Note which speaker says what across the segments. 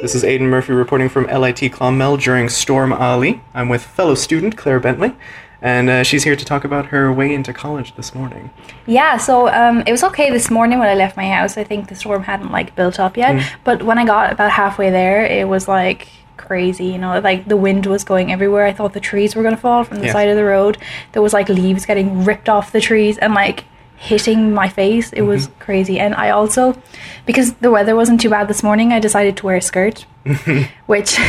Speaker 1: This is Aidan Murphy reporting from LIT Clonmel during Storm Ali. I'm with fellow student Claire Bentley, and uh, she's here to talk about her way into college this morning.
Speaker 2: Yeah, so um, it was okay this morning when I left my house. I think the storm hadn't like built up yet, but when I got about halfway there, it was like crazy. You know, like the wind was going everywhere. I thought the trees were gonna fall from the
Speaker 1: Yeah.
Speaker 2: side of the road. There was like leaves getting ripped off the trees and like hitting my face. It was crazy. And I also, because the weather wasn't too bad this morning, I decided to wear a skirt, which.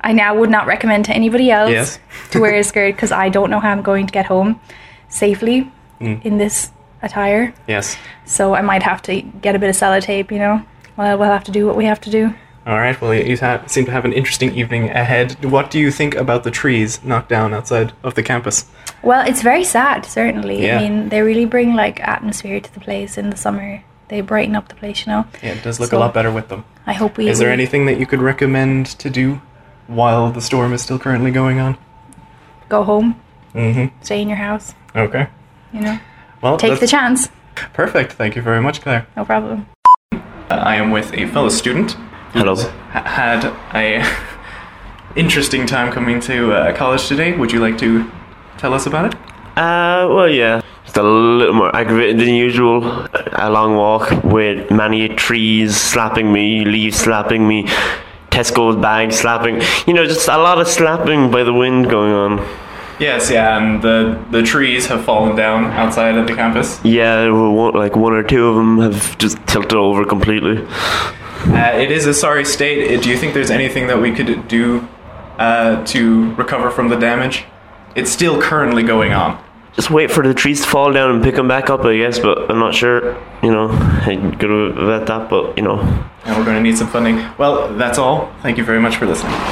Speaker 2: I now would not recommend to anybody else
Speaker 1: Yes.
Speaker 2: to wear a skirt because I don't know how I'm going to get home safely
Speaker 1: Mm.
Speaker 2: in this attire.
Speaker 1: Yes.
Speaker 2: So I might have to get a bit of sellotape, you know. Well, we'll have to do what we have to do.
Speaker 1: All right. Well, you ha- seem to have an interesting evening ahead. What do you think about the trees knocked down outside of the campus?
Speaker 2: Well, it's very sad, certainly.
Speaker 1: Yeah.
Speaker 2: I mean, they really bring like atmosphere to the place in the summer. They brighten up the place, you know.
Speaker 1: Yeah, it does look
Speaker 2: So-
Speaker 1: a lot better with them.
Speaker 2: I hope we.
Speaker 1: Is there
Speaker 2: we-
Speaker 1: anything that you could recommend to do while the storm is still currently going on?
Speaker 2: go home,
Speaker 1: Mm-hmm.
Speaker 2: stay in your house,
Speaker 1: Okay.
Speaker 2: you know?
Speaker 1: Well,
Speaker 2: Take the
Speaker 1: that's
Speaker 2: chance,
Speaker 1: perfect. Thank you very much, Claire.
Speaker 2: no problem.
Speaker 1: Uh, I am with a fellow student.
Speaker 3: Hello.
Speaker 1: Ha- had a interesting time coming to uh, college today. Would you like to tell us about it?
Speaker 3: Uh, well, yeah. Just a little more aggravated than usual. A long walk with many trees slapping me, leaves slapping me, Tesco's bag slapping. You know, just a lot of slapping by the wind going on.
Speaker 1: Yes, yeah, and the, the trees have fallen down outside of the campus.
Speaker 3: Yeah, well, one, like one or two of them have just tilted over completely.
Speaker 1: Uh, it is a sorry state. Uh, Do you think there's anything that we could do uh, to recover from the damage? It's still currently going on.
Speaker 3: Just wait for the trees to fall down and pick them back up, I guess. But I'm not sure. You know, I could have vet that, but you know.
Speaker 1: And we're going to need some funding. Well, that's all. Thank you very much for listening.